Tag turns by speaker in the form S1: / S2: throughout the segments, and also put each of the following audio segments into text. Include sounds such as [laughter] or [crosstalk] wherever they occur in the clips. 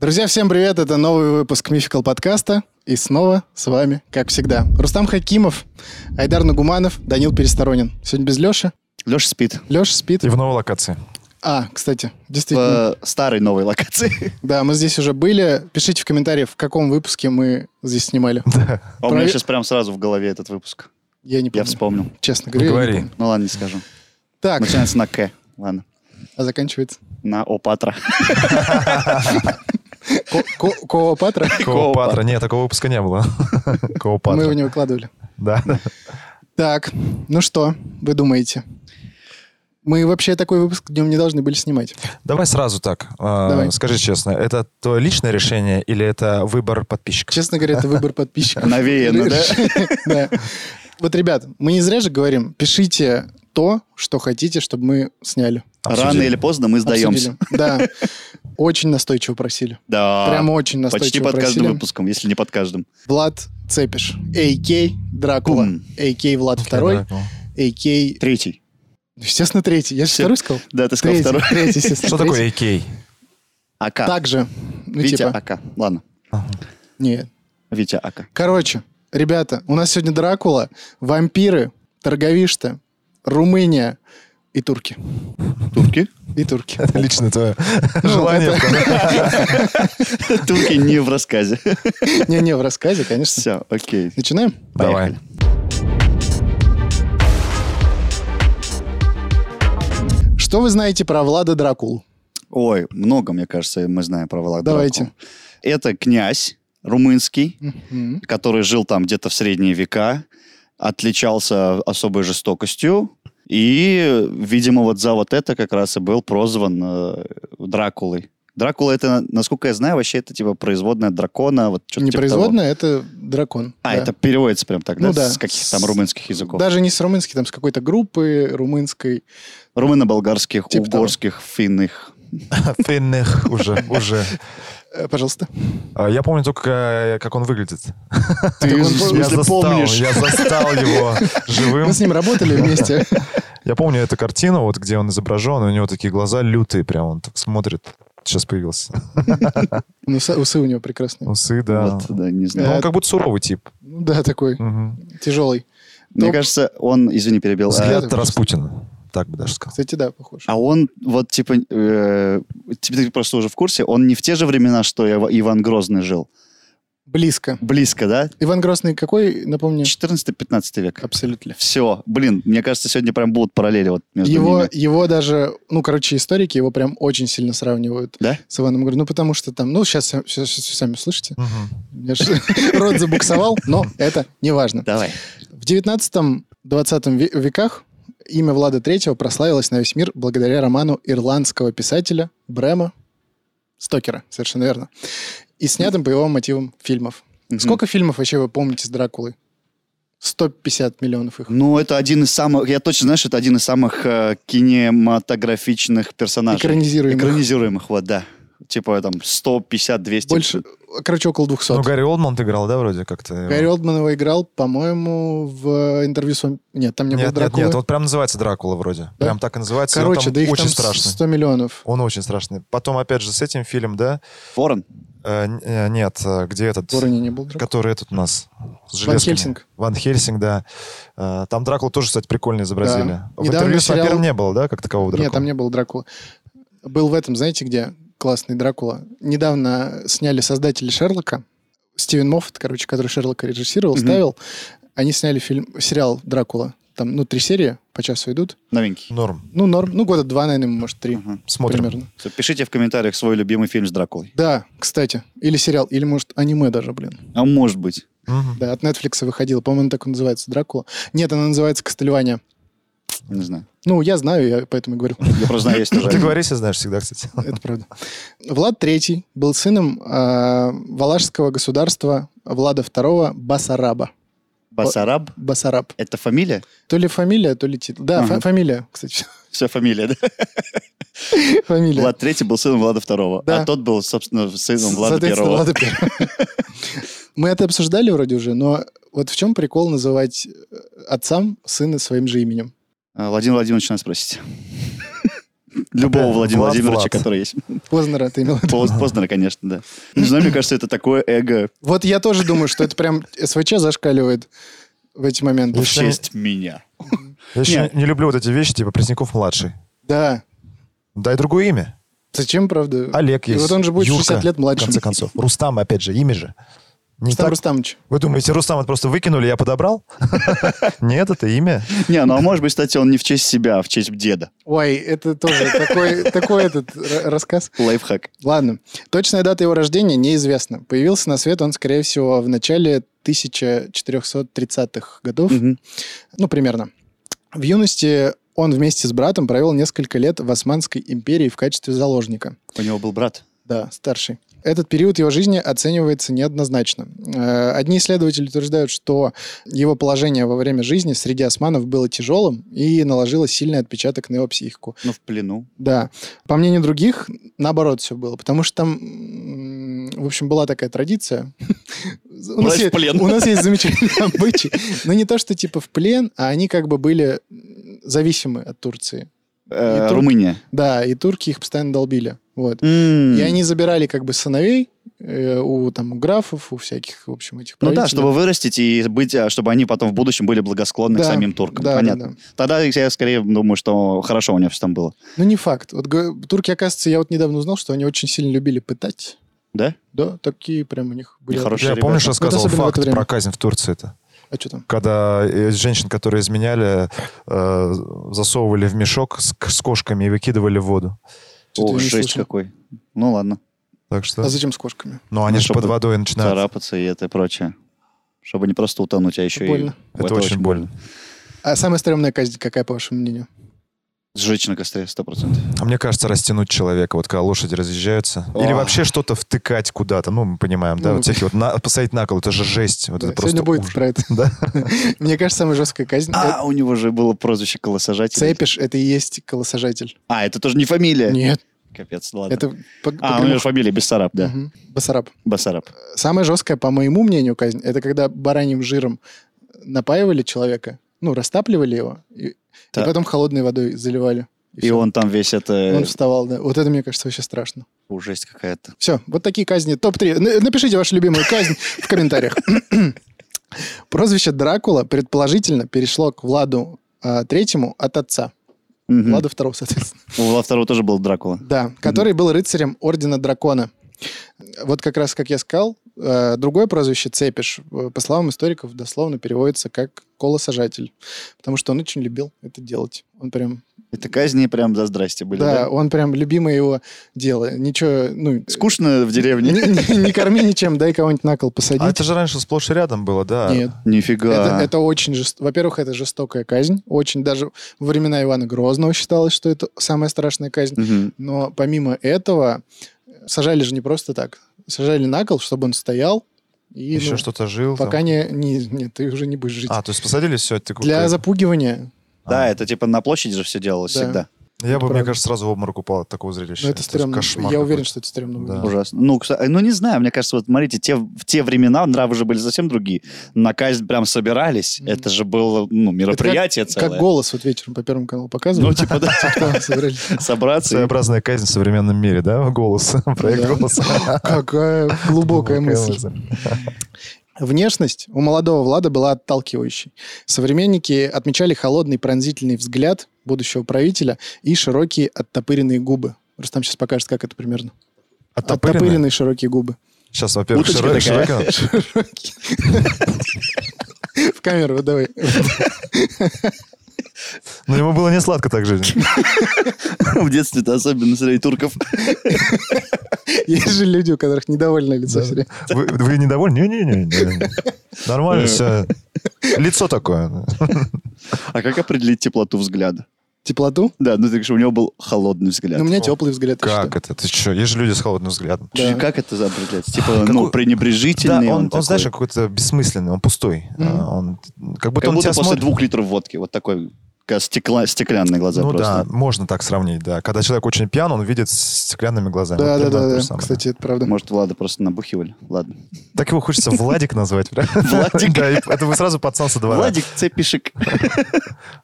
S1: Друзья, всем привет! Это новый выпуск Мификал подкаста. И снова с вами, как всегда, Рустам Хакимов, Айдар Нагуманов, Данил Пересторонин. Сегодня без Леши.
S2: Леша спит
S1: Леша спит.
S3: И в новой локации.
S1: А, кстати, действительно.
S2: в э, старой новой локации.
S1: Да, мы здесь уже были. Пишите в комментариях, в каком выпуске мы здесь снимали.
S2: А у меня
S1: Прове-
S2: сейчас прям сразу в голове этот выпуск.
S1: Я не
S2: Я
S1: помню.
S2: вспомнил.
S1: Честно
S3: Не
S1: говоря. я не
S3: говори.
S1: помню.
S2: Ну ладно, не скажу.
S1: Так,
S2: Начинается на К. Ладно.
S1: а заканчивается.
S2: На Опатра.
S1: Ко- ко-
S2: [laughs]
S1: Коопатра.
S3: Коопатра. Нет, такого выпуска не было.
S1: Мы его
S3: Коопатра.
S1: не выкладывали.
S3: Да.
S1: Так, ну что, вы думаете? Мы вообще такой выпуск днем не должны были снимать.
S3: Давай сразу так. А,
S1: Давай.
S3: Скажи честно, это твое личное решение или это выбор подписчиков?
S1: Честно говоря, это выбор подписчиков.
S2: Навеяно, да?
S1: [laughs] да? Вот, ребят, мы не зря же говорим, пишите то, что хотите, чтобы мы сняли.
S2: Рано
S3: Обсудили.
S2: или поздно мы сдаемся.
S1: Обсудили. Да. Очень настойчиво просили.
S2: Да.
S1: Прям очень
S2: Почти
S1: настойчиво
S2: под каждым
S1: просили.
S2: выпуском, если не под каждым.
S1: Влад Цепиш. А.К. Дракула.
S2: Бум.
S1: А.К. Влад Второй. А.К.
S2: Третий.
S1: Естественно, третий. Я же
S2: Все.
S1: второй сказал.
S2: Да, ты сказал
S1: Третий,
S2: второй.
S1: третий, естественно,
S3: Что
S1: третий.
S3: такое AK?
S2: АК.
S1: Также. Ну,
S2: Витя а
S1: типа,
S2: АК. Ладно.
S1: нет.
S2: Витя А АК.
S1: Короче, ребята, у нас сегодня Дракула, вампиры, торговишты, Румыния и турки.
S2: Турки?
S1: И турки.
S3: Это личное твое
S1: Ну,
S3: желание.
S2: [laughs] Турки не в рассказе.
S1: [laughs]
S2: [laughs]
S1: Не-не, в рассказе, конечно.
S2: Все, окей.
S1: Начинаем?
S3: Давай.
S2: Поехали.
S1: Что вы знаете про Влада Дракулу?
S2: Ой, много, мне кажется, мы знаем про Влада
S1: Давайте.
S2: Дракулу. Это князь румынский,
S1: Мгм.
S2: который жил там где-то в средние века, отличался особой жестокостью. И, видимо, вот за вот это как раз и был прозван э, Дракулой. Дракула это, насколько я знаю, вообще это типа производная дракона. Вот что-то
S1: Не
S2: типа
S1: производная, это дракон.
S2: того. А,
S1: Да.
S2: это переводится прям так, да,
S1: Ну да.
S2: с каких-то там румынских языков.
S1: Даже не с румынских, там с какой-то группы румынской.
S2: Румыно-болгарских,
S1: Типа того.
S2: угорских, финных.
S3: Финных уже, уже.
S1: Э,
S2: [laughs]
S1: Пожалуйста.
S3: А, Я помню только, э, как он выглядит.
S2: Ты
S1: он пом-
S2: в смысле
S3: я застал,
S2: помнишь?
S3: я застал его живым.
S1: Мы с ним
S2: [laughs]
S1: работали вместе.
S3: Я помню эту картину, вот где он изображен, у него такие глаза лютые, прям он так смотрит. Сейчас появился.
S1: Ну, усы- Усы у него прекрасные.
S3: Усы, да.
S2: Вот, да, не
S3: Ну,
S2: знаю.
S1: Э,
S3: он как будто суровый тип.
S1: Ну Да, такой
S3: Мгм.
S1: тяжелый.
S2: Мне
S1: топ.
S2: кажется, он, извини, перебил. а,
S3: Взгляд
S1: просто.
S3: Распутина. Так бы даже сказал.
S1: Кстати, да, похож.
S2: А он вот типа, э, типа, ты просто уже в курсе, он не в те же времена, что и Ива- Иван Грозный жил.
S1: Близко.
S2: Близко, да?
S1: Иван Грозный какой, напомни?
S2: 14-15 век.
S1: Абсолютно.
S2: Все, блин, мне кажется, сегодня прям будут параллели вот между
S1: Его,
S2: ними.
S1: его даже, ну, короче, историки его прям очень сильно сравнивают
S2: Да?
S1: с Иваном Грозным. Ну, потому что там, ну, сейчас, сами услышите.
S3: Мгм.
S1: У меня ж [laughs] рот забуксовал, но это не важно.
S2: Давай.
S1: В 19-20 ве- веках имя Влада III прославилось на весь мир благодаря роману ирландского писателя Брема Стокера, совершенно верно, и снятым по его мотивам фильмов.
S2: Мгм.
S1: Сколько фильмов вообще вы помните с Дракулой? 150 миллионов их.
S2: Ну, это один из самых, я точно знаю, что это один из самых э, кинематографичных персонажей.
S1: Экранизируемых.
S2: Экранизируемых, вот, да. Типа там 150-200.
S1: Больше, короче, около 200.
S3: Ну, Гарри Олдман играл, да, вроде как-то? его?
S1: Гарри Олдман его играл, по-моему, в интервью с вами... Нет, там не было
S3: Нет, нет,
S1: Дракулы.
S3: нет, вот прям называется Дракула вроде.
S1: Да?
S3: Прям так и называется. и он
S1: Короче,
S3: там
S1: да их
S3: очень
S1: там
S3: страшный.
S1: 100 миллионов.
S3: Он очень страшный. Потом, опять же, с этим фильм, да?
S2: Ворон?
S3: Э, н- э, нет, э, где этот?
S1: Вороне не был Дракулы.
S3: Который этот у нас? С железками.
S1: Хельсинг.
S3: Ван Хельсинг, да. Э, Там Дракула тоже, кстати, прикольно изобразили.
S1: Да.
S3: В
S1: Недавно
S3: интервью с
S1: сериал-
S3: вампиром не было, да, как такового Дракула?
S1: Нет, там не был Дракула. Был в этом, знаете, где классный Дракула. Недавно сняли создатели Шерлока. Стивен Моффат, короче, который Шерлока режиссировал,
S2: Мгм.
S1: ставил. Они сняли фильм, сериал «Дракула». Там, ну, три серии по часу идут.
S2: Новенький.
S3: Норм.
S1: Ну, норм. Ну, года два, наверное, может, три
S2: Мгм.
S3: Смотрим.
S1: примерно.
S2: Всё, Пишите в комментариях свой любимый фильм с Дракулой.
S1: Да, кстати. Или сериал, или, может, аниме даже, блин.
S2: А может быть.
S3: Мгм.
S1: Да, от Netflix выходила. По-моему, так он называется, «Дракула». Нет, она называется «Кастельвания».
S2: Не знаю.
S1: Ну, я знаю, я поэтому и говорю. [laughs]
S2: Я просто знаю, есть тоже.
S3: Ты говоришь и знаешь всегда, кстати.
S1: Это правда. Влад III был сыном э, валашского государства Влада II Басараба.
S2: Басараб?
S1: Басараб.
S2: Это фамилия?
S1: То ли фамилия, то ли титул. Да,
S2: Ага.
S1: фа- фамилия, кстати. [laughs]
S2: Все фамилия, да?
S1: Фамилия.
S2: Влад III был сыном Влада II,
S1: Да.
S2: а тот был, собственно, сыном Влада I.
S1: Соответственно, Влада I. [laughs] Мы это обсуждали вроде уже, но вот в чем прикол называть э, отцам сына своим же именем?
S2: А, Владимир Владимирович, надо спросить. [laughs] Любого
S3: Да,
S2: Владимира
S3: Влад,
S2: Владимировича,
S3: Влад.
S2: который [laughs] есть.
S1: Познера ты имел в виду.
S2: Поз- Познера, конечно, да. Не знаю, мне кажется, это такое [laughs] эго
S1: Вот я тоже думаю, что это прям СВЧ зашкаливает в эти моменты.
S2: в
S3: Лишь- Если-
S2: честь меня.
S3: Я еще
S2: Нет.
S3: не люблю вот эти вещи, типа Пресняков-младший.
S1: Да.
S3: Дай другое имя.
S1: Зачем, правда?
S3: Олег
S1: И
S3: есть.
S1: вот он же будет
S3: Юрка,
S1: 60 лет младше.
S3: В конце концов. Рустам, опять же, имя же. Не
S1: Рустам
S3: так?
S1: Рустамович.
S3: Вы думаете, Рустам это просто выкинули, я подобрал? [laughs] Нет, это имя.
S2: Не, ну а может быть, кстати, он не в честь себя, а в честь деда.
S1: Ой, это тоже такой, такой этот р- рассказ.
S2: Лайфхак.
S1: Ладно. Точная дата его рождения неизвестна. Появился на свет он, скорее всего, в начале 1430-х годов.
S2: Мгм.
S1: Ну, примерно. В юности он вместе с братом провел несколько лет в Османской империи в качестве заложника.
S2: У него был брат.
S1: Да, старший. Этот период его жизни оценивается неоднозначно. Э, Одни исследователи утверждают, что его положение во время жизни среди османов было тяжелым и наложило сильный отпечаток на его психику.
S2: Ну, в плену.
S1: Да. По мнению других, наоборот все было, потому что там, м, в общем, была такая
S2: [laughs]
S1: традиция. У нас
S2: Брать в
S1: е-
S2: плен.
S1: у нас есть замечательные [laughs] обычаи. Но не то, что типа в плен, а они как бы были м, зависимы от Турции.
S2: Э,
S1: И тут-
S2: Румыния. Ну
S1: Да, и турки их постоянно долбили. Вот.
S2: М.
S1: И они забирали как бы сыновей э, у там у графов, у всяких, в общем, этих
S2: Ну да,
S1: правителей.
S2: чтобы вырастить и быть, а, чтобы они потом в будущем были благосклонны к
S1: Да,
S2: самим туркам.
S1: да, да,
S2: Понятно.
S1: да.
S2: Тогда я скорее думаю, что хорошо у него все там было.
S1: Ну не факт. Вот г- турки, оказывается, я вот недавно узнал, что они очень сильно любили пытать.
S2: Да?
S1: Да, такие прям у них были.
S2: Нехорошо. Хорошие
S3: Я
S2: ребята.
S3: помню, что
S1: Вот
S3: сказал
S1: особенно в это
S3: факт
S1: время.
S3: про казнь в Турции-то.
S1: А что там?
S3: Когда э, женщин, которые изменяли, э, засовывали в мешок с, с кошками и выкидывали в воду.
S1: Что-то
S2: О,
S1: я не
S2: жесть
S1: слышал.
S2: какой. Ну ладно,
S3: Так что...
S1: А зачем с кошками?
S3: Ну, они
S2: Ну,
S3: же
S2: чтобы
S3: под водой начинают.
S2: царапаться и это прочее. Чтобы не просто утонуть, а еще
S1: Это больно.
S2: и...
S3: Это, очень, больно.
S1: А самая стрёмная казнь какая, по вашему мнению?
S2: Сжечь на костре 100%.
S3: А мне кажется, растянуть человека, вот когда лошади разъезжаются. Или
S2: А.
S3: вообще что-то втыкать куда-то. Ну, мы понимаем, да?
S1: Ну,
S3: вот всякие вот на- посадить на кол, это же жесть. Вот
S1: Да,
S3: это просто
S1: Сегодня будет
S3: ужас.
S1: про это.
S3: [laughs] Да?
S1: [laughs] Мне кажется, самая жесткая казнь
S2: А, у него же было прозвище
S1: —
S2: колосажатель.
S1: цепишь, это и есть колосажатель.
S2: А, это тоже не фамилия.
S1: Нет,
S2: Капец, ладно.
S1: это... по-
S2: А,
S1: по-
S2: у него же фамилия Бессараб, да.
S1: Мгм. Басараб.
S2: Басараб.
S1: Самая жесткая, по моему мнению, казнь — это когда бараньим жиром напаивали человека, ну, растапливали его, и, и
S2: Да.
S1: потом холодной водой заливали.
S2: И
S1: всё.
S2: он э, там весь это...
S1: Он вставал, да. Вот это, мне кажется, вообще страшно.
S2: О, Жесть какая-то.
S1: Все, вот такие казни. Топ-3. Н- Напишите вашу любимую казнь в комментариях. [clears throat] Прозвище Дракула предположительно перешло к Владу а, Третьему от отца.
S2: Мгм.
S1: Владу Второго, соответственно.
S2: У Влада Второго тоже был Дракула.
S1: Да, который был рыцарем Ордена Дракона. Вот как раз, как я сказал, э, другое прозвище Цепиш, э, по словам историков, дословно переводится как колосажатель, потому что он очень любил это делать. Он прям,
S2: Это казни прям за здрасте были,
S1: да,
S2: да?
S1: он прям любимое его дело. Ничего, ну,
S2: Скучно в деревне?
S1: не, не- не корми ничем, дай кого-нибудь на кол
S3: А
S1: посадить.
S3: это же раньше сплошь и рядом было, да?
S1: Нет.
S2: Нифига.
S1: Это, это очень жест... Во-первых, это жестокая казнь. Очень даже во времена Ивана Грозного считалось, что это самая страшная казнь.
S2: Мгм.
S1: Но помимо этого, сажали же не просто так. Сажали на кол, чтобы он стоял. И,
S3: Еще
S1: ну,
S3: что-то жил. там.
S1: Пока не, не... Нет, ты уже не будешь жить.
S3: А, то есть посадили все, ты
S1: Для
S3: как-
S1: запугивания. ну,
S3: А.
S2: Да, это типа на площади же все делалось
S1: Да.
S2: всегда.
S3: Я бы, мне
S1: правда.
S3: кажется, сразу в обморок упал от такого зрелища.
S1: Но это стрёмно.
S3: кошмар
S1: Я уверен,
S3: какой-то.
S1: что это стрёмно.
S3: Да.
S1: выглядит.
S2: Ужасно. Ну, кста- ну, не знаю, мне кажется, вот смотрите, те, в те времена нравы же были совсем другие. На казнь прям собирались.
S1: Мгм.
S2: Это же было ну, мероприятие целое.
S1: Как голос вот вечером по Первому каналу А показывал.
S2: ну,
S1: [laughs]
S2: типа, да,
S1: Да, собрались.
S2: собраться. и-
S3: Своеобразная казнь в современном мире, да? [laughs] Голос. Проект
S1: Да.
S3: голос.
S1: Какая глубокая мысль. Внешность у молодого Влада была отталкивающей. Современники отмечали холодный пронзительный взгляд будущего правителя и широкие оттопыренные губы. Рустам сейчас покажет, как это примерно.
S3: Оттопыренный.
S1: Оттопыренные широкие губы.
S3: Сейчас, во-первых,
S2: Уточка
S3: широ-
S2: такая.
S3: широко.
S1: В камеру вот давай. [laughs]
S3: Но ему было не сладко так жить.
S2: [laughs] В детстве-то особенно среди турков.
S1: Есть же люди, у которых недовольное лицо.
S3: Да.
S1: всё время.
S3: Вы, вы недовольны? Не-не-не.
S2: [laughs]
S3: Нормально
S2: Э.
S3: все. Лицо такое.
S2: А как определить теплоту взгляда?
S1: Теплоту?
S2: Да, ну ты говоришь, у него был холодный взгляд.
S1: Но у меня
S3: О,
S1: теплый взгляд. я
S3: Как
S1: считаю.
S3: это? Ты что? Есть же люди с холодным взглядом.
S1: да.
S2: Как это определяется? Типа, ну,
S3: Какой- Да,
S2: пренебрежительный.
S3: он, он,
S2: такой.
S3: знаешь, какой-то бессмысленный, он пустой.
S1: Мгм.
S3: А, Он, как будто
S2: Как
S3: он
S2: будто
S3: тебя
S2: после
S3: смотрит.
S2: двух литров водки. Вот такой Ка- стекла- стеклянные глаза
S3: ну
S2: просто.
S3: да, можно так сравнить, да. Когда человек очень пьян, он видит с стеклянными глазами.
S1: Да,
S3: Вот
S1: да,
S3: примерно то
S1: да,
S3: же
S1: да.
S3: самое.
S1: Кстати, это правда.
S2: Может, Влада просто набухивали? Ладно.
S3: Так его хочется Владик назвать. бля.
S2: [laughs] Владик?
S3: Да, и это вы сразу пацанца два.
S2: Владик Цепишек.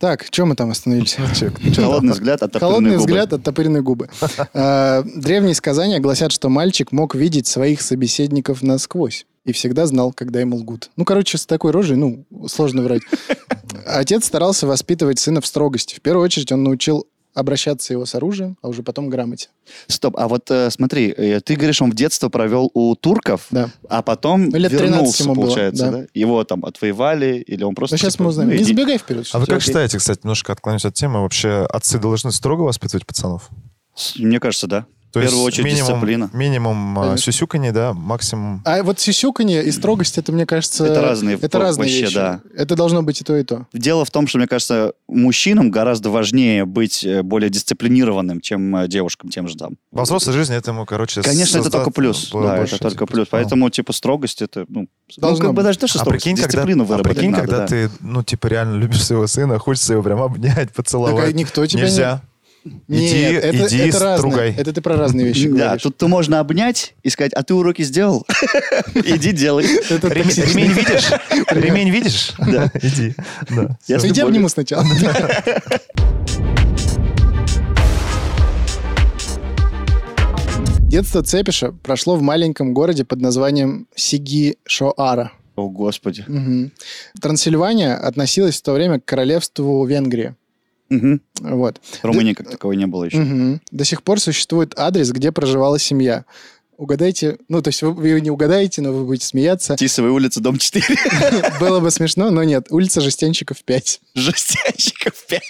S1: Так, чем мы там остановились?
S2: Холодный взгляд, оттопыренные
S1: [laughs] Холодный
S2: губы.
S1: взгляд, оттопыренные губы. Э, Древние сказания гласят, что мальчик мог видеть своих собеседников насквозь и всегда знал, когда ему лгут. Ну, короче, с такой рожей, ну, сложно врать. Отец старался воспитывать сына в строгости. В первую очередь он научил обращаться его с оружием, а уже потом грамоте.
S2: Стоп, а вот э, смотри, э, ты говоришь, он в детство провел у турков,
S1: Да.
S2: а потом
S1: Ну, лет 13
S2: вернулся,
S1: ему было,
S2: получается,
S1: да.
S2: да? Его там отвоевали, или он просто...
S1: Но сейчас
S2: типа,
S1: мы узнаем.
S2: ну,
S1: Не
S2: иди.
S1: забегай вперед.
S3: А вы
S1: всё
S3: как
S1: окей.
S3: считаете, кстати, немножко отклонюсь от темы, вообще отцы должны строго воспитывать пацанов?
S2: С- Мне кажется, да.
S3: То
S2: В
S3: есть
S2: первую очередь
S3: минимум,
S2: дисциплина.
S3: Минимум а,
S1: Конечно.
S3: сюсюканье, да, максимум...
S1: А вот сисюканье и строгость, это, мне кажется...
S2: Это разные
S1: Это
S2: во-
S1: разные
S2: вообще,
S1: вещи.
S2: да.
S1: Это должно быть и то, и то.
S2: Дело в том, что, мне кажется, мужчинам гораздо важнее быть э, более дисциплинированным, чем э, девушкам тем же там.
S3: Во взрослой жизни это ему, короче...
S2: Конечно, это
S3: создаст
S2: только плюс.
S3: бо-
S2: Да,
S3: больше
S2: это только
S3: этих
S2: плюс.
S3: проблем.
S2: Поэтому, типа, строгость это... Ну, ну
S1: Должна
S2: как бы
S1: быть.
S2: даже то, что
S3: А
S2: строгость,
S3: прикинь, когда,
S2: дисциплину
S3: а
S2: выработать
S3: прикинь,
S2: надо,
S3: когда
S2: да.
S3: ты, ну, типа, реально любишь своего сына, хочется его прям обнять, [laughs]
S1: Так, а
S3: поцеловать.
S1: никто тебя
S3: Нельзя.
S1: не... Нет,
S3: Иди-
S1: это,
S3: иди
S1: это разное.
S3: стругай.
S1: Это ты про разные вещи
S2: [laughs] Да,
S1: говоришь.
S2: тут ты можно обнять и сказать, а ты уроки сделал? [laughs] Иди делай.
S1: Это
S3: Ремень,
S1: токсично.
S3: ремень видишь? Ремень видишь?
S2: [laughs] Да.
S3: [laughs] Иди. Да.
S2: Я с
S1: Иди
S2: любовью.
S1: обниму
S2: [laughs]
S1: сначала. Детство Цепиша прошло в маленьком городе под названием Сиги-Шоара.
S2: О, господи.
S1: Мгм. Трансильвания относилась в то время к королевству Венгрии.
S2: Мгм.
S1: Вот.
S2: Румынии как таковой не было еще.
S1: Мгм. До сих пор существует адрес, где проживала семья. Угадайте, ну, то есть вы, вы не угадаете, но вы будете
S3: [laughs]
S1: смеяться.
S2: Тисовая улица, дом 4.
S1: Было бы смешно, но нет. Улица Жестянщиков 5.
S2: [laughs] Жестянщиков 5.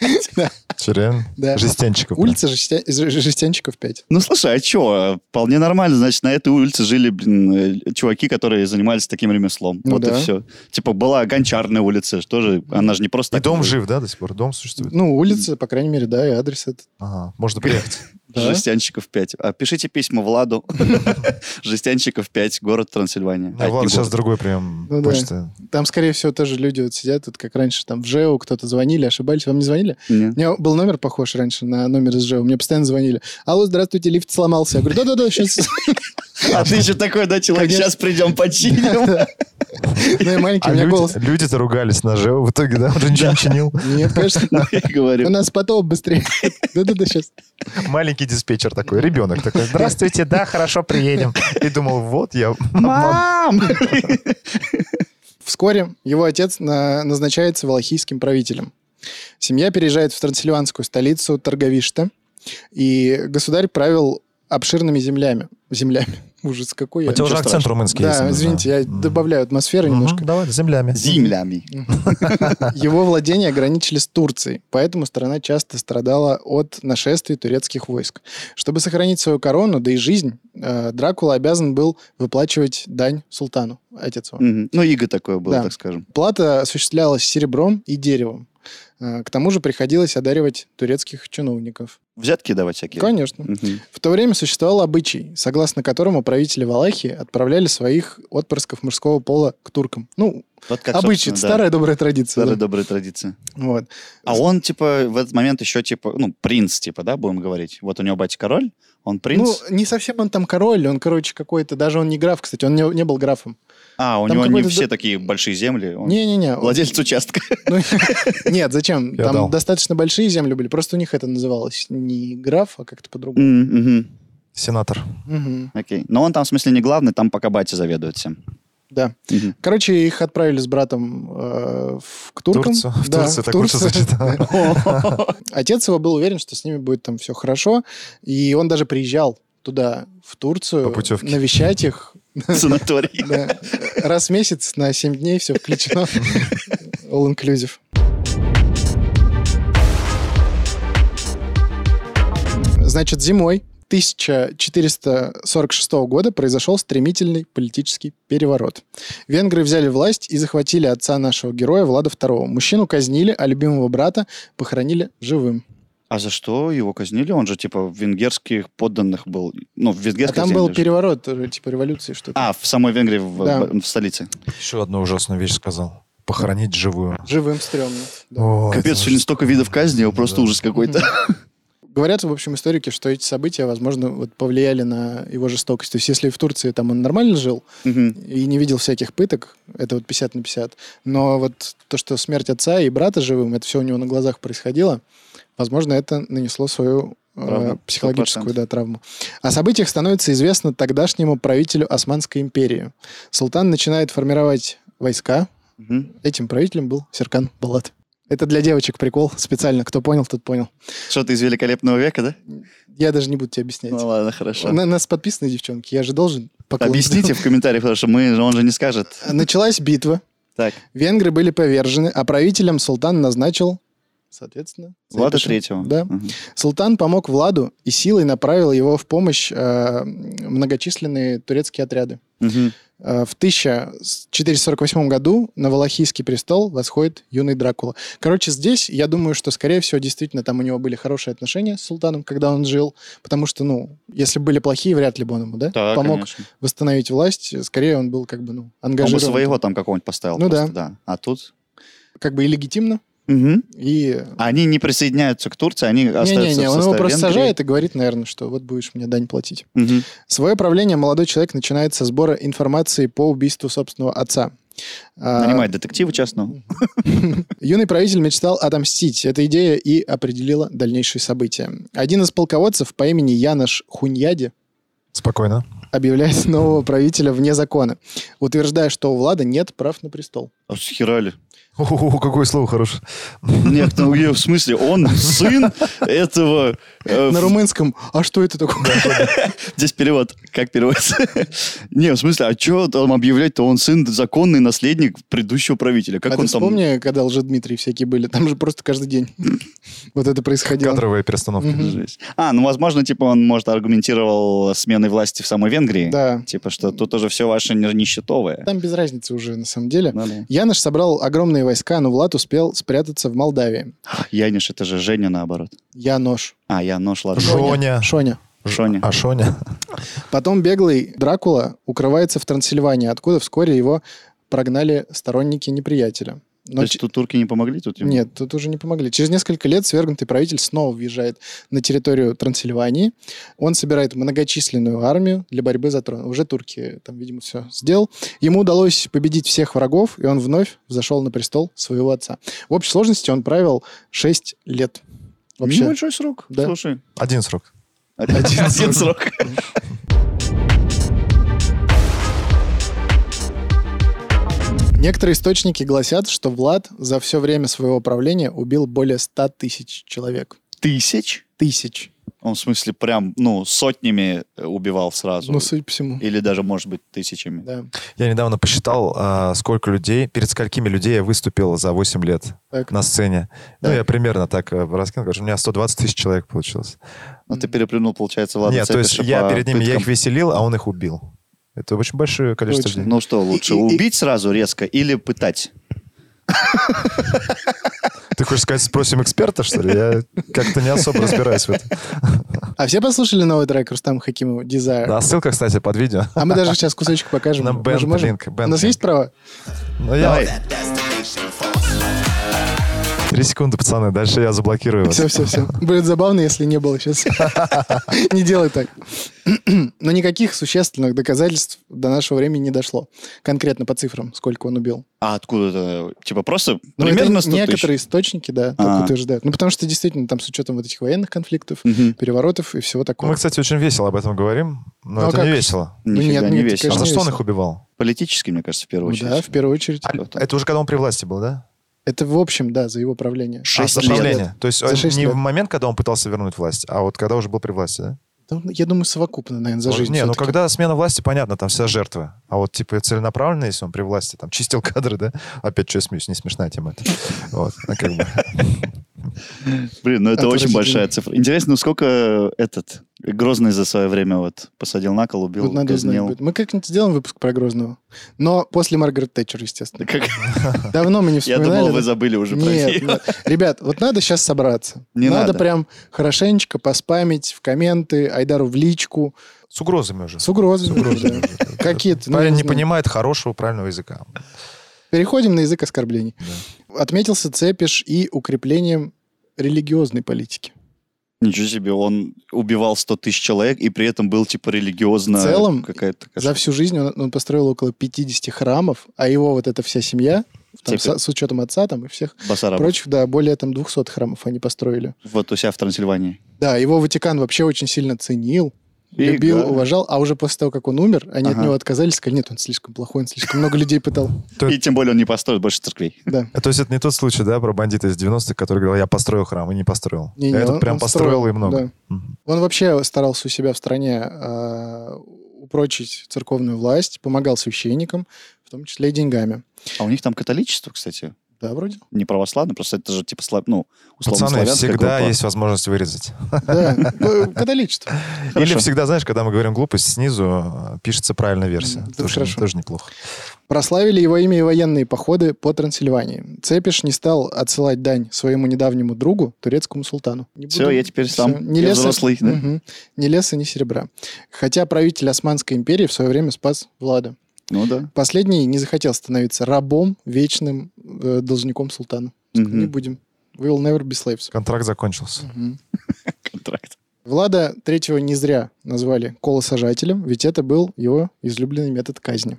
S3: Черен.
S1: Да.
S3: Жестянчиков. блин.
S1: Улица Жестя- Жестянщиков 5.
S2: Ну, слушай, а чё? Вполне нормально. Значит, на этой улице жили, блин, э, чуваки, которые занимались таким ремеслом.
S1: Ну
S2: вот
S1: да.
S2: и все. Типа была гончарная улица, что же? Она же не просто
S3: И
S2: так
S3: дом
S2: была.
S3: жив, да, до сих пор? Дом существует?
S1: Ну, улица, по крайней мере, да, и адрес этот.
S3: Ага, можно
S2: [laughs]
S3: приехать.
S1: Да.
S2: Жестянщиков 5. А пишите письма [laughs] Владу. Жестянщиков 5, город Трансильвания.
S3: Ну,
S2: А, это не
S3: Влад, сейчас
S2: город.
S3: другой прям
S1: Ну да.
S3: почта.
S1: Там, скорее всего, тоже люди вот сидят, вот как раньше, там в ЖЭУ кто-то звонили, ошибались. Вам не звонили?
S2: Не.
S1: У меня был номер похож раньше на номер из ЖЭУ. Мне постоянно звонили. Алло, здравствуйте, лифт сломался. Я говорю, да-да-да,
S3: [laughs]
S1: сейчас.
S2: А ты еще такой, да, человек,
S1: Конечно.
S2: сейчас
S1: [laughs]
S2: придем починим.
S1: Ну и маленький,
S3: А
S1: у меня голос.
S3: люди- люди-то ругались на ЖЭО, в итоге, да, он же ничего не чинил.
S1: Нет, конечно.
S2: Ну, Я говорю.
S1: У нас потоп быстрее. [laughs] Да-да-да, сейчас.
S3: Маленький диспетчер такой, ребенок такой, здравствуйте, да, хорошо, приедем. И думал, вот я... [laughs]
S2: Мам!
S1: Вскоре его отец на- назначается валахийским правителем. Семья переезжает в трансильванскую столицу Торговиште, и государь правил обширными землями. Землями. [laughs] Ужас какой.
S3: У
S1: я
S3: тебя А уже
S1: ничего
S3: акцент
S1: страшного.
S3: румынский есть.
S1: Да, извините, я
S3: Мгм.
S1: добавляю атмосферы
S3: Мгм,
S1: немножко. [laughs]
S3: Давай, землями.
S2: Землями.
S1: Его владения ограничили с Турцией, поэтому страна часто страдала от нашествий турецких войск. Чтобы сохранить свою корону, да и жизнь, э, Дракула обязан был выплачивать дань султану, отец его.
S2: Мгм. Ну, иго такое было,
S1: Да.
S2: так скажем.
S1: Плата осуществлялась серебром и деревом. Э, К тому же приходилось одаривать турецких чиновников.
S2: Взятки давать всякие.
S1: Конечно.
S2: Мгм.
S1: В то время существовал обычай, согласно которому правители Валахии отправляли своих отпрысков мужского пола к туркам. Ну,
S2: Вот как,
S1: обычай, это
S2: собственно, да.
S1: старая добрая традиция.
S2: Старая
S1: да.
S2: добрая традиция.
S1: Вот.
S2: А он, типа, в этот момент еще, типа, ну, принц, типа, да, будем говорить. Вот у него батя король, он принц.
S1: Ну, не совсем он там король, он, короче, какой-то, даже он не граф, кстати, он не, не был графом.
S2: а, у
S1: там
S2: него не
S1: какой-то
S2: все
S1: д-
S2: такие большие земли. он
S1: Не-не-не. он- [laughs]
S2: Владелец участка.
S1: ну, Нет, зачем?
S3: Я
S1: Там
S3: дал.
S1: достаточно большие земли были, просто у них это называлось не граф, а как-то по-другому.
S2: Мгм, мгм.
S3: Сенатор.
S1: Мгм.
S2: Окей. Но он там, в смысле, не главный, там пока батя заведует всем.
S1: Да. [laughs]
S2: Мгм.
S1: Короче, их отправили с братом э, в- к туркам.
S3: Турцию. В
S1: Да,
S3: Турцию так лучше звучит.
S1: [laughs] Отец его был уверен, что с ними будет там все хорошо, и он даже приезжал туда, в Турцию,
S3: По путевке.
S1: навещать их.
S2: Санаторий.
S1: Да. Раз в месяц на 7 дней все включено. All inclusive. Значит, зимой 1446 года произошел стремительный политический переворот. Венгры взяли власть и захватили отца нашего героя Влада II. Мужчину казнили, а любимого брата похоронили живым.
S2: А за что его казнили? Он же, типа, в венгерских подданных был. Ну, в
S1: А
S2: венгерских
S1: там
S2: землях
S1: был
S2: же.
S1: переворот, э, типа революции что-то.
S2: А, в самой Венгрии, в,
S1: Да.
S2: в столице.
S3: Еще одну ужасную вещь сказал. похоронить живую.
S1: Живым стрёмно. да.
S3: О, это
S2: Капец,
S3: же-
S2: сегодня столько видов казни, его просто
S3: Да.
S2: ужас какой-то.
S1: Говорят, в общем, историки, что эти события, возможно, вот повлияли на его жестокость. То есть, если в Турции там он нормально жил
S2: Мгм.
S1: и не видел всяких пыток, это вот 50 на 50, но вот то, что смерть отца и брата живым, это все у него на глазах происходило, возможно, это нанесло свою э,
S2: Травму.
S1: психологическую
S2: 100%.
S1: да, травму. О событиях становится известно тогдашнему правителю Османской империи. Султан начинает формировать войска.
S2: Мгм.
S1: Этим правителем был Серкан Балат. Это для девочек прикол, специально. Кто понял, тот понял.
S2: Что-то из великолепного века, да?
S1: Я даже не буду тебе объяснять.
S2: Ну ладно, хорошо.
S1: На нас подписаны девчонки, я же должен поклон.
S2: Объясните в комментариях, потому что мы, он же не скажет.
S1: [laughs] Началась битва,
S2: Так,
S1: венгры были повержены, а правителем султан назначил, соответственно,
S2: Влада
S1: Цепиша.
S2: Третьего.
S1: Да.
S2: Мгм.
S1: Султан помог Владу и силой направил его в помощь э, многочисленные турецкие отряды.
S2: Мгм.
S1: Э, В 1448 году на Валахийский престол восходит юный Дракула. Короче, здесь я думаю, что, скорее всего, действительно там у него были хорошие отношения с султаном, когда он жил, потому что, ну, если были плохие, вряд ли бы он ему, да,
S2: Да,
S1: помог
S2: конечно.
S1: восстановить власть. Скорее, он был как бы, ну,
S2: Он бы
S1: ангажирован.
S2: своего там какого-нибудь поставил.
S1: Ну
S2: просто, да. А тут?
S1: Как бы и легитимно,
S2: Мгм.
S1: и...
S2: А Они не присоединяются к Турции, они остаются
S1: Не-не-не,
S2: в
S1: он его
S2: составе
S1: просто
S2: Венгрии.
S1: сажает и говорит, наверное, что вот будешь мне дань платить.
S2: Мгм.
S1: Свое правление молодой человек начинает со сбора информации по убийству собственного отца. А,
S2: Нанимает детектива частного.
S1: Юный правитель мечтал отомстить. Эта идея и определила дальнейшие события. Один из полководцев по имени Янош Хуньяди
S3: Спокойно.
S1: объявляет нового правителя вне закона, утверждая, что у Влада нет прав на престол.
S2: А схерали.
S3: О, какое слово хорошее.
S2: Нет, ну где, в смысле, он сын этого... э,
S1: На румынском, а что это такое?
S2: Здесь перевод. [laughs] Как переводится? Не, в смысле, а что там объявлять-то? Он сын, законный наследник предыдущего правителя. Как
S1: а
S2: он
S1: ты вспомни, когда лжедмитрии всякие были, там же просто каждый день [laughs] вот это происходило.
S3: Кадровая перестановка.
S2: там...
S1: Мгм.
S2: Жесть. А, ну, возможно, типа, он, может, аргументировал сменой власти в самой Венгрии.
S1: Да,
S2: Типа, что тут уже все ваше не- нищетовое.
S1: там без разницы уже на самом деле.
S2: Ну да.
S1: Яныш собрал огромные войска, но Влад успел спрятаться в Молдавии.
S2: Яниш, это же Женя, наоборот.
S1: Янош.
S2: А, я нож, ладно.
S3: Шоня.
S1: Шоня.
S2: Шоня.
S3: А Шоня?
S1: Потом беглый Дракула укрывается в Трансильвании, откуда вскоре его прогнали сторонники неприятеля.
S2: То
S1: Но
S2: есть
S1: ч-
S2: тут турки не помогли? тут ему?
S1: ну Нет, тут уже не помогли. Через несколько лет свергнутый правитель снова въезжает на территорию Трансильвании. Он собирает многочисленную армию для борьбы за трон. Уже турки там, видимо, все сделал. Ему удалось победить всех врагов, и он вновь взошел на престол своего отца. В общей сложности он правил 6 лет. Вообще,
S2: Небольшой срок.
S1: Да.
S2: Слушай.
S3: Один срок.
S2: Один, срок.
S1: некоторые источники гласят, что Влад за все время своего правления убил более 100 тысяч человек.
S2: Тысяч?
S1: Тысяч.
S2: Он, в смысле, прям, ну, сотнями э, убивал сразу.
S1: Ну, судя по всему.
S2: Или даже, может быть, тысячами.
S1: Да.
S3: Я недавно посчитал, а, сколько людей, перед сколькими людей я выступил за 8 лет
S1: Так.
S3: на сцене. Ну,
S1: Так.
S3: я примерно так э, раскинул. Короче, у меня 120 тысяч человек получилось.
S2: Но Ну, ты переплюнул, получается, Влада
S3: Нет, то есть
S2: Цепиша
S3: я
S2: по
S3: перед ними, я их
S2: пыткам.
S3: веселил, а он их убил. Это очень большое количество
S1: Точно.
S3: людей.
S2: Ну что, лучше
S1: И- и- и-
S2: убить сразу резко или пытать?
S3: Ты хочешь сказать, спросим эксперта, что ли? Я как-то не особо разбираюсь в этом.
S1: А все послушали новый трек Рустама Хакимова «Desire»?
S3: Да, ссылка, кстати, под видео.
S1: А мы даже сейчас кусочек покажем.
S3: На
S1: Мы же
S3: Band
S1: можем?
S3: Link, Band
S1: У нас
S3: Link.
S1: есть право?
S3: Ну, я-
S2: Давай.
S3: Три секунды, пацаны, дальше я заблокирую вас.
S1: Все, все, все. Будет забавно, если не было
S3: [laughs]
S1: сейчас. Не делай так. [clears throat] Но никаких существенных доказательств до нашего времени не дошло. Конкретно по цифрам, сколько он убил.
S2: А откуда это? Типа просто
S1: Но
S2: примерно
S1: Ну, это
S2: 100
S1: некоторые источники, да, так
S2: А.
S1: утверждают. Ну, потому что действительно там с учетом вот этих военных конфликтов,
S2: тысяч? Мгм.
S1: переворотов и всего такого.
S3: Мы, кстати, очень весело об этом говорим, но
S1: Ну, а
S3: это
S1: как?
S3: не весело.
S1: Ну,
S2: Нифига
S1: нет,
S2: не
S1: нет,
S2: весело.
S3: А
S1: конечно,
S3: за
S1: не
S3: что он
S1: весело.
S3: их убивал? А,
S2: Политически, мне кажется, в первую
S1: Ну да,
S2: очередь.
S1: в первую очередь.
S3: Это уже когда он при власти был, да?
S1: Это в общем, да, за его правление.
S2: Шесть
S3: а, за
S2: лет.
S3: правление. То есть
S1: За
S3: он
S1: шесть
S3: не
S1: лет.
S3: в момент, когда он пытался вернуть власть, а вот когда уже был при власти, да?
S1: Да, Я думаю, совокупно, наверное, за
S3: Вот,
S1: жизнь.
S3: не, ну
S1: всё-таки.
S3: когда смена власти, понятно, там вся жертва. А вот типа целенаправленно, если он при власти, там чистил кадры, да? Опять что я смеюсь, не смешная тема это. Вот, ну, как бы.
S2: Блин, ну это очень
S1: Отвратительно.
S2: большая цифра. Интересно, ну сколько этот Грозный за свое время вот посадил на кол, убил,
S1: Вот надо узнать
S2: казнил.
S1: будет. Мы как-нибудь сделаем выпуск про Грозного. Но после Маргарет Тэтчер, естественно.
S2: Да как-
S1: Давно мы не
S2: Я
S1: вспоминали.
S2: думал, вы
S1: да?
S2: забыли уже про
S1: Нет,
S2: нее.
S1: нет. Ребят, вот надо сейчас собраться.
S2: Не надо.
S1: прям хорошенечко поспамить в комменты, Айдару в личку.
S3: С угрозами уже.
S1: С угрозами.
S3: С угрозами
S1: да.
S3: уже.
S1: Какие-то. ну,
S3: Парень не
S1: знаю.
S3: понимает хорошего, правильного языка.
S1: Переходим на язык оскорблений.
S3: Да.
S1: Отметился Цепиш и укреплением религиозной политики.
S2: Ничего себе, он убивал 100 тысяч человек и при этом был типа религиозно
S1: В целом,
S2: какая-то... такая-
S1: За всю жизнь он, он построил около 50 храмов, а его вот эта вся семья, там,
S2: Цепи.
S1: с, с учетом отца там и всех
S2: Басарабов.
S1: прочих, да, более там 200 храмов они построили.
S2: Вот у себя в Трансильвании.
S1: Да, его Ватикан вообще очень сильно ценил,
S2: И
S1: любил,
S2: га-
S1: уважал, а уже после того, как он умер, они
S2: Ага.
S1: от него отказались, сказали, нет, он слишком плохой, он слишком много людей
S3: [laughs]
S1: пытал.
S3: То-
S2: И тем более он не построит больше церквей.
S1: Да.
S3: А То есть это не тот случай, да, про бандита из 90-х, который говорил, я построил храм и не построил.
S1: Не-не,
S3: а этот
S1: он-
S3: прям
S1: он
S3: построил,
S1: строил,
S3: и много.
S1: да.
S3: Мгм.
S1: Он вообще старался у себя в стране э, упрочить церковную власть, помогал священникам, в том числе и деньгами.
S2: А у них там католичество, кстати.
S1: Да, вроде.
S2: Не православное, просто это же типа, слав- ну, условно
S3: Пацаны,
S2: славянская
S3: всегда
S2: группа.
S3: есть возможность вырезать.
S1: Да, Ну, католичество.
S3: Или
S2: Хорошо.
S3: всегда, знаешь, когда мы говорим глупость, снизу э, пишется правильная версия.
S1: Это
S3: тоже,
S1: хорошо.
S3: тоже неплохо.
S1: Прославили его имя и военные походы по Трансильвании. Цепиш не стал отсылать дань своему недавнему другу, турецкому султану. Не
S2: Все,
S1: буду-
S2: я теперь сам.
S1: Всё, ни
S2: Я
S1: леса-
S2: взрослый. да.
S1: Мгм. Ни леса, ни серебра. Хотя правитель Османской империи в свое время спас Влада.
S2: Ну да.
S1: Последний не захотел становиться рабом, вечным э, должником султана.
S2: Мгм.
S1: Не будем. We will never be slaves.
S3: Контракт закончился.
S1: Мгм.
S2: Контракт.
S1: Влада третьего не зря назвали колосажателем, ведь это был его излюбленный метод казни.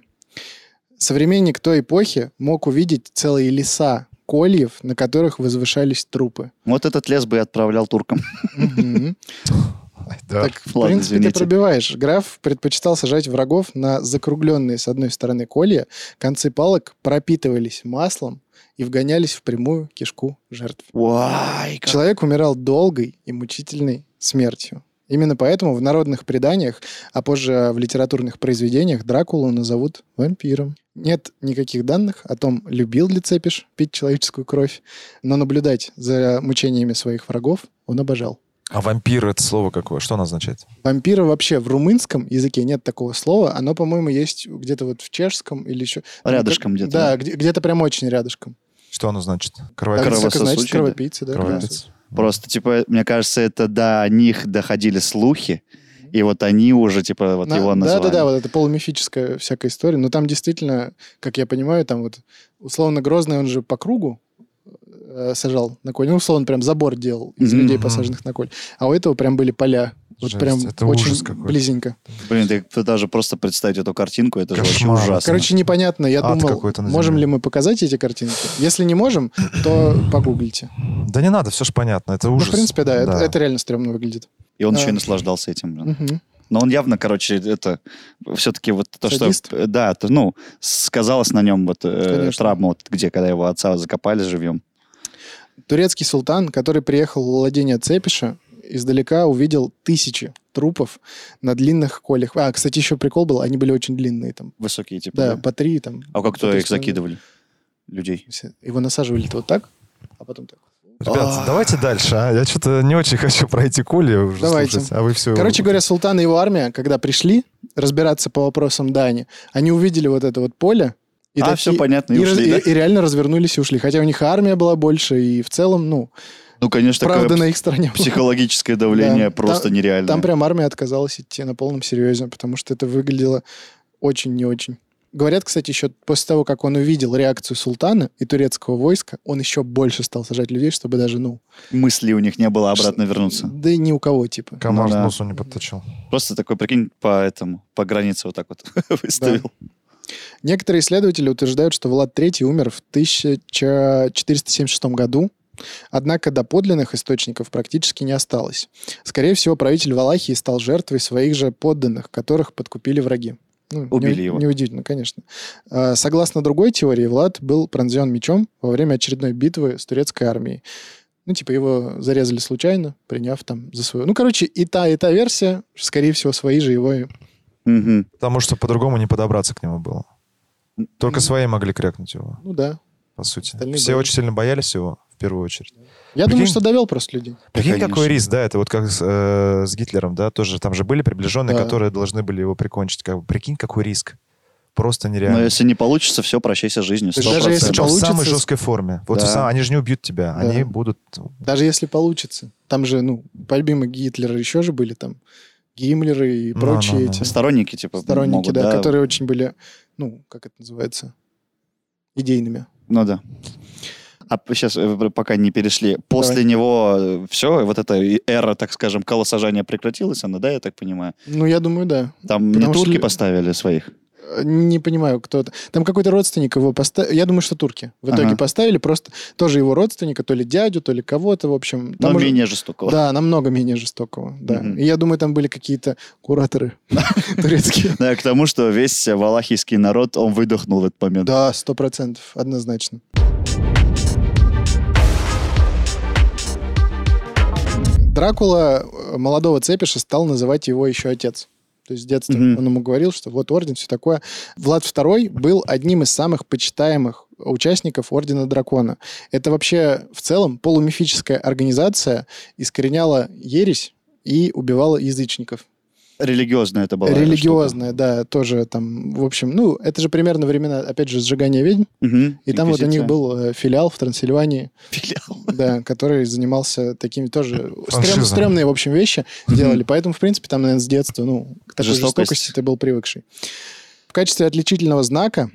S1: Современник той эпохи мог увидеть целые леса кольев, на которых возвышались трупы.
S2: Вот этот лес бы и отправлял
S1: [laughs]
S2: туркам.
S1: Мгм.
S3: Ай, да.
S1: Так, в
S2: Ладно,
S1: принципе,
S2: извините.
S1: ты пробиваешь. Граф предпочитал сажать врагов на закругленные с одной стороны колья. Концы палок пропитывались маслом и вгонялись в прямую кишку жертв.
S2: Уай, как-
S1: Человек умирал долгой и мучительной смертью. Именно поэтому в народных преданиях, а позже в литературных произведениях Дракулу назовут вампиром. Нет никаких данных о том, любил ли Цепиш пить человеческую кровь, но наблюдать за мучениями своих врагов он обожал.
S3: А вампир это слово какое? Что оно означает?
S1: Вампира вообще в румынском языке нет такого слова. Оно, по-моему, есть где-то вот в чешском или еще...
S2: Рядышком где-то, да?
S1: Да, где- где-то прям очень рядышком.
S3: Что оно значит?
S1: Так,
S3: Кровопийца?
S1: так и значит,
S2: Кровососущий, да?
S1: кровопийцы, да.
S3: Кровопийца.
S2: Просто, типа, мне кажется, это до них доходили слухи, и вот они уже, типа, вот
S1: На-
S2: его
S1: да,
S2: назвали.
S1: да, да, вот это полумифическая всякая история. Но там действительно, как я понимаю, там вот условно Грозный, он же по кругу э, сажал на коль. Ну, условно, прям забор делал из
S2: Мгм.
S1: людей, посаженных на коль. А у этого прям были поля. Вот
S3: Жесть,
S1: прям
S3: это
S1: очень
S3: ужас какой-то.
S1: близинко.
S2: Блин, ты, ты даже просто представить эту картинку, это же
S3: Кошмар.
S2: вообще ужасно.
S1: Короче, непонятно. Я
S3: Ад
S1: думал,
S3: какой-то на
S1: можем
S3: земле.
S1: ли мы показать эти картинки? Если не можем, то
S3: [clears throat]
S1: погуглите.
S3: Да не надо, все же понятно. Это
S1: Ну,
S3: ужас.
S1: в принципе, да, Это, это реально стрёмно выглядит.
S2: и он еще и
S1: а.
S2: наслаждался этим, блин.
S1: Мгм.
S2: Но он явно, короче, это все-таки вот то,
S1: Садист?
S2: что... э, Да, то, ну, сказалось на нем вот э,
S1: Конечно.
S2: травма, вот где, когда его отца закопали живьем.
S1: Турецкий султан, который приехал в владение Цепиша, издалека увидел тысячи трупов на длинных колях. А, кстати, еще прикол был, они были очень длинные там.
S2: Высокие, типа.
S1: Да,
S2: да?
S1: по три там.
S2: А как то
S1: по три
S2: их
S1: с половиной.
S2: закидывали? Людей.
S1: Все. Его насаживали-то вот так, а потом так.
S3: Ребят,
S2: А.
S3: давайте дальше, а? Я что-то не очень [laughs] хочу пройти коли уже
S1: Давайте.
S3: слушать, а вы все...
S2: Э,
S1: Короче говоря, султан и его армия, когда пришли разбираться по вопросам Дани, они увидели вот это вот поле. И
S2: а,
S1: такие-
S2: все понятно, и,
S1: И, раз-
S2: ушли, да?
S1: и- и реально развернулись и ушли. Хотя у них армия была больше, и в целом, ну,
S2: Ну, конечно, такое
S1: правда
S2: пс-
S1: на их стороне была.
S2: [laughs] психологическое давление
S1: Да.
S2: просто
S1: Там-
S2: нереальное.
S1: Там прям армия отказалась идти на полном серьезе, потому что это выглядело очень не очень. Говорят, кстати, еще после того, как он увидел реакцию султана и турецкого войска, он еще больше стал сажать людей, чтобы даже, ну...
S2: Мысли у них не было обратно вернуться.
S1: Да и ни у кого, типа.
S3: Комар
S2: Ну да.
S3: носу не подточил.
S2: Просто такой, прикинь, по этому, по границе вот [laughs] так вот выставил.
S1: Некоторые исследователи утверждают, что Влад III умер в 1476 году, однако доподлинных источников практически не осталось. Скорее всего, правитель Валахии стал жертвой своих же подданных, которых подкупили враги. Ну,
S2: Убили
S1: не-
S2: его.
S1: Неудивительно, конечно. А, Согласно другой теории, Влад был пронзен мечом во время очередной битвы с турецкой армией. Ну, типа, его зарезали случайно, приняв там за свою... Ну, короче, и та, и та версия, скорее всего, свои же его... и-
S2: Мгм.
S3: Потому что по-другому не подобраться к нему было. Только
S1: М.
S3: свои могли крякнуть его,
S1: Ну, да.
S3: по сути.
S1: Остальные
S3: Все
S1: были.
S3: очень сильно боялись его, в первую очередь.
S1: Я
S3: Прикинь.
S1: думаю, что довел просто людей.
S3: Прикинь,
S2: конечно.
S3: какой риск, да, это вот как с, э, с Гитлером, да, тоже там же были приближенные,
S1: Да.
S3: которые должны были его прикончить. Как, бы, прикинь, какой риск. Просто
S2: Но
S3: нереально.
S2: если не получится, все, прощайся жизнью.
S1: То есть даже
S2: 100%.
S1: если
S3: Причем в самой
S1: получится-
S3: жесткой форме. Вот
S2: Да.
S3: в самой- они же не убьют тебя,
S1: Да.
S3: они будут...
S1: Даже если получится. Там же, ну, помимо Гитлера еще же были там Гиммлеры и
S3: Ну,
S1: прочие
S3: ну, ну.
S1: эти
S2: Сторонники, типа,
S1: сторонники,
S2: могут,
S1: да,
S2: да,
S1: которые очень были, ну, как это называется, идейными.
S2: Ну да. А сейчас, пока не перешли, после
S1: Давай.
S2: него все, вот эта и эра, так скажем, колосажания прекратилась, она, да, я так понимаю?
S1: Ну, я думаю, да.
S2: Там
S1: Потому
S2: не
S1: что
S2: турки
S1: лю-
S2: поставили своих?
S1: Э, Не понимаю, кто это. Там какой-то родственник его поставил. Я думаю, что турки. В итоге
S2: Ага.
S1: поставили просто тоже его родственника, то ли дядю, то ли кого-то, в общем.
S2: Но
S1: Там уже-
S2: менее жестокого.
S1: Да, намного менее жестокого. Да.
S2: Мгм.
S1: И я думаю, там были какие-то кураторы [laughs] турецкие.
S2: Да, э, к тому, что весь валахийский народ, он выдохнул в этот момент.
S1: Да, сто процентов, однозначно. Дракула э, молодого Цепиша стал называть его еще отец. То есть с детства
S2: Мгм.
S1: он ему говорил, что вот орден, все такое. Влад II был одним из самых почитаемых участников Ордена Дракона. Это вообще в целом полумифическая организация искореняла ересь и убивала язычников.
S2: Религиозная это была.
S1: Религиозная, да, тоже там, в общем, ну, это же примерно времена, опять же, сжигания ведьм.
S2: штука. Мгм.
S1: И там вот у
S2: Инквизиция.
S1: них был э, филиал в Трансильвании,
S2: Филиал.
S1: да, который занимался такими тоже стрём-
S3: Франшиза.
S1: стрёмные, в общем, вещи делали. Поэтому, в принципе, там, наверное, с детства, ну, к такой
S2: Жестокость.
S1: жестокости ты был привыкший. В качестве отличительного знака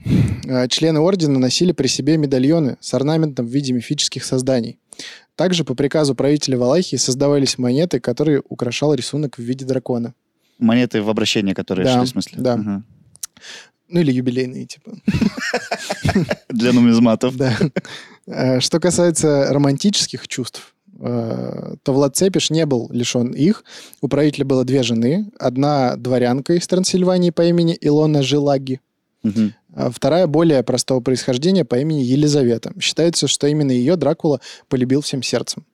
S1: э, члены ордена носили при себе медальоны с орнаментом в виде мифических созданий. Также по приказу правителя Валахии создавались монеты, которые украшал рисунок в виде дракона.
S2: [laughs] Монеты в обращение, которые
S1: Да,
S2: шли, в смысле?
S1: да.
S2: Мгм.
S1: Ну, или юбилейные, типа.
S2: Для нумизматов.
S1: Да. Э, Что касается романтических чувств, э, то Влад Цепиш не был лишен их. У правителя было две жены. Одна дворянка из Трансильвании по имени Илона Жилаги,
S2: Мгм.
S1: а вторая более простого происхождения по имени Елизавета. Считается, что именно ее Дракула полюбил всем сердцем.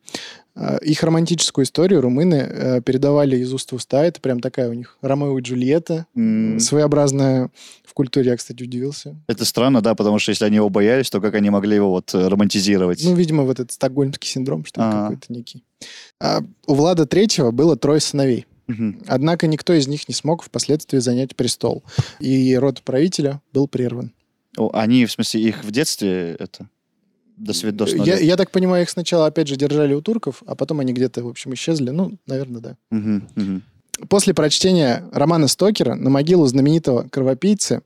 S1: Э, Их романтическую историю румыны э, передавали из уст в уста. Это прям такая у них Ромео и Джульетта.
S2: М,
S1: Своеобразная в культуре, я, кстати, удивился.
S2: Это странно, да, потому что если они его боялись, то как они могли его вот э, романтизировать?
S1: Ну, видимо, вот этот стокгольмский синдром, что ли,
S2: Ага.
S1: какой-то некий. А у Влада Третьего было трое сыновей.
S2: Мгм.
S1: Однако никто из них не смог впоследствии занять престол. И род правителя был прерван.
S2: О, Они, в смысле, их в детстве это... До свидос.
S1: Я, я так понимаю, их сначала, опять же, держали у турков, а потом они где-то, в общем, исчезли. Ну, наверное, да.
S2: Мгм, мгм.
S1: После прочтения романа Стокера на могилу знаменитого кровопийцы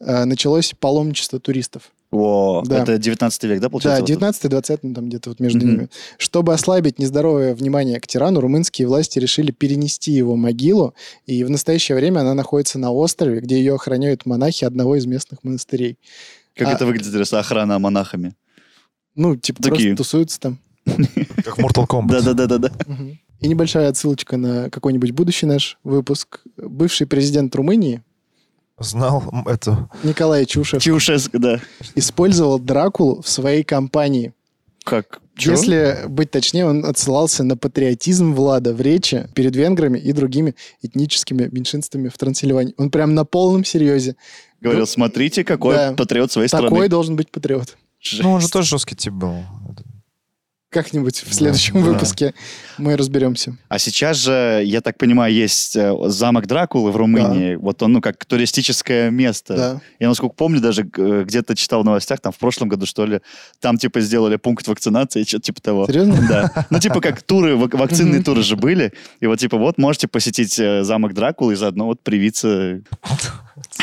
S1: э, началось паломничество туристов.
S2: Во,
S1: Да.
S2: это 19 век, да,
S1: Да,
S2: получается? вот это?
S1: 19-20, ну, там где-то вот между
S2: Мгм.
S1: ними. Чтобы ослабить нездоровое внимание к тирану, румынские власти решили перенести его могилу, и в настоящее время она находится на острове, где ее охраняют монахи одного из местных монастырей.
S2: Как
S1: А-
S2: это выглядит, интересно, охрана монахами?
S1: Ну, типа
S2: Такие.
S1: просто тусуются там.
S3: Как в Mortal Kombat.
S2: Да-да-да-да-да.
S1: [laughs] Мгм. И небольшая отсылочка на какой-нибудь будущий наш выпуск. Бывший президент Румынии
S3: Знал м, эту...
S1: Николай Чушев
S2: Чаушеску, да.
S1: использовал Дракулу в своей кампании.
S2: Как? Чё?
S1: Если быть точнее, он отсылался на патриотизм Влада в речи перед венграми и другими этническими меньшинствами в Трансильвании. Он прям на полном серьезе.
S2: Говорил,
S1: Ну,
S2: смотрите, какой
S1: да.
S2: патриот своей
S1: Такой
S2: страны.
S1: должен быть патриот.
S2: Жесть.
S3: Ну, он же тоже жесткий тип был.
S1: Как-нибудь в
S3: Да,
S1: следующем
S2: да.
S1: выпуске мы разберемся.
S2: А сейчас же, я так понимаю, есть э, замок Дракулы в Румынии. Вот он, ну, как туристическое место.
S1: Да.
S2: Я, насколько помню, даже э, где-то читал в новостях, там в прошлом году, что ли, там, типа, сделали пункт вакцинации, что-то типа того.
S1: Серьезно?
S2: Да. Ну, типа, как туры, вак- вакцинные
S1: Мгм.
S2: туры же были. И вот, типа, вот можете посетить э, замок Дракулы и заодно вот привиться. Да,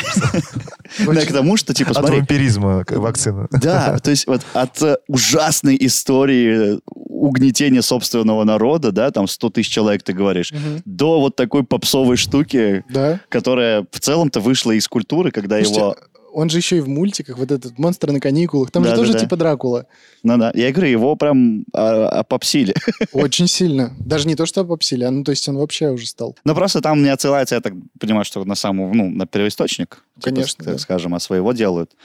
S2: к тому, что,
S3: [laughs]
S2: типа,
S3: От
S2: смотри,
S3: вампиризма к- вакцина.
S2: Да, то есть вот от э, ужасной истории э, угнетения собственного народа, да, там 100 тысяч человек, ты говоришь,
S1: Мгм.
S2: до вот такой попсовой штуки,
S1: Да.
S2: которая в целом-то вышла из культуры, когда его...
S1: Слушайте, Он же еще и в мультиках, вот этот монстр на каникулах. Там же
S2: Да, да,
S1: тоже
S2: да.
S1: типа Дракула.
S2: Ну да, я говорю, его прям а, опопсили. [laughs]
S1: Очень сильно. Даже не то, что попсили, а ну то есть он вообще уже стал.
S2: Но Ну, просто там не отсылается, я так понимаю, что на саму, ну, на первоисточник. типа,
S1: Конечно,
S2: так
S1: да.
S2: скажем, а своего делают.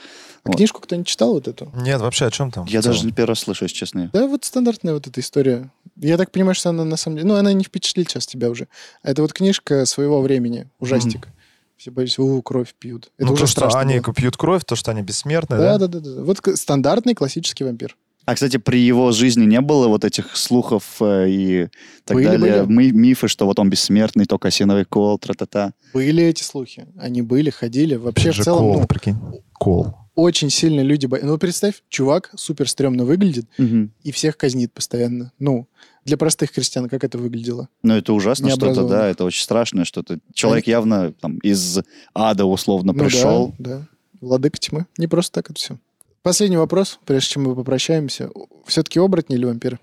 S1: А
S2: Вот.
S1: книжку кто-нибудь читал вот эту?
S3: Нет, вообще о чем там?
S2: Я
S3: в целом?
S2: даже не первый раз слышу, если честно.
S1: Да, вот стандартная вот эта история. Я так понимаю, что она на самом деле... Ну, она не впечатлит сейчас тебя уже. А Это вот книжка своего времени, ужастик. Все боюсь, у кровь пьют. Это
S3: Ну,
S1: уже
S3: то, что
S1: страшно
S3: они
S1: было.
S3: пьют кровь, то, что они бессмертные,
S1: Да,
S3: да?
S1: да, да, да. Вот к- стандартный классический вампир.
S2: А, кстати, при его жизни не было вот этих слухов э, и так
S1: Были,
S2: далее, Мы- мифы, что вот он бессмертный, то осиновый кол, тра-та-та.
S1: Были эти слухи. Они были, ходили. Вообще,
S3: Это
S1: в
S3: же
S1: целом,
S3: кол,
S1: ну,
S3: прикинь. Кол.
S1: очень сильно люди боятся. Ну, представь, чувак супер стрёмно выглядит
S2: Мгм.
S1: и всех казнит постоянно. Ну, для простых крестьян как это выглядело?
S2: Ну, это ужасно что-то, да,
S1: Необразованных.
S2: это очень страшное что-то. Человек явно там из ада условно
S1: Ну да,
S2: пришел.
S1: да. Владыка тьмы. Не просто так это все. Последний вопрос, прежде чем мы попрощаемся. Все-таки оборотни или вампиры?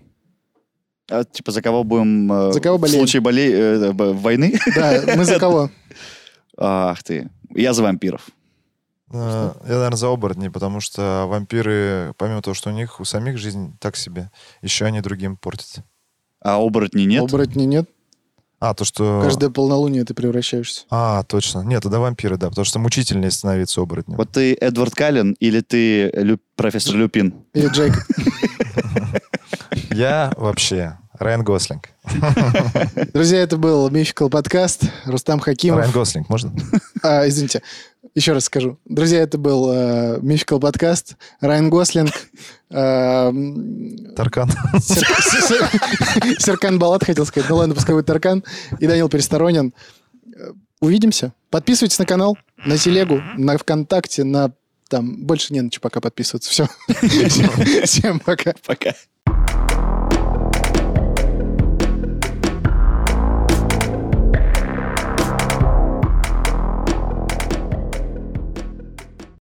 S2: А, типа, за кого будем... э,
S1: За кого
S2: в
S1: болеем?
S2: случае боле... э, б- войны? [laughs]
S1: Да, мы за кого?
S2: Ах ты. Я за вампиров.
S3: Э, Я, наверное, за оборотней, потому что вампиры, помимо того, что у них у самих жизнь так себе, еще они другим портят.
S2: А оборотни нет?
S1: Оборотни нет.
S3: А, то, что...
S1: Каждое полнолуние ты превращаешься.
S3: А, точно. Нет, тогда вампиры, да, потому что мучительнее становиться оборотнем.
S2: Вот ты Эдвард Каллен или ты Лю- профессор Люпин?
S1: Или [laughs] Джейк.
S3: Я вообще Райан Гослинг.
S1: Друзья, это был Мификал подкаст. Рустам Хакимов.
S3: Райан Гослинг, можно?
S1: А, извините, еще раз скажу. Друзья, это был э, Мификал подкаст. Райан Гослинг. э, м,
S3: Таркан.
S1: Сер- Сер- Серкан Балат хотел сказать. Ну ладно, пускай будет Таркан. И Данил Пересторонин. Э, Увидимся. Подписывайтесь на канал, на телегу, на ВКонтакте, на там больше не на что пока подписываться. Все. Всем пока.
S2: Пока.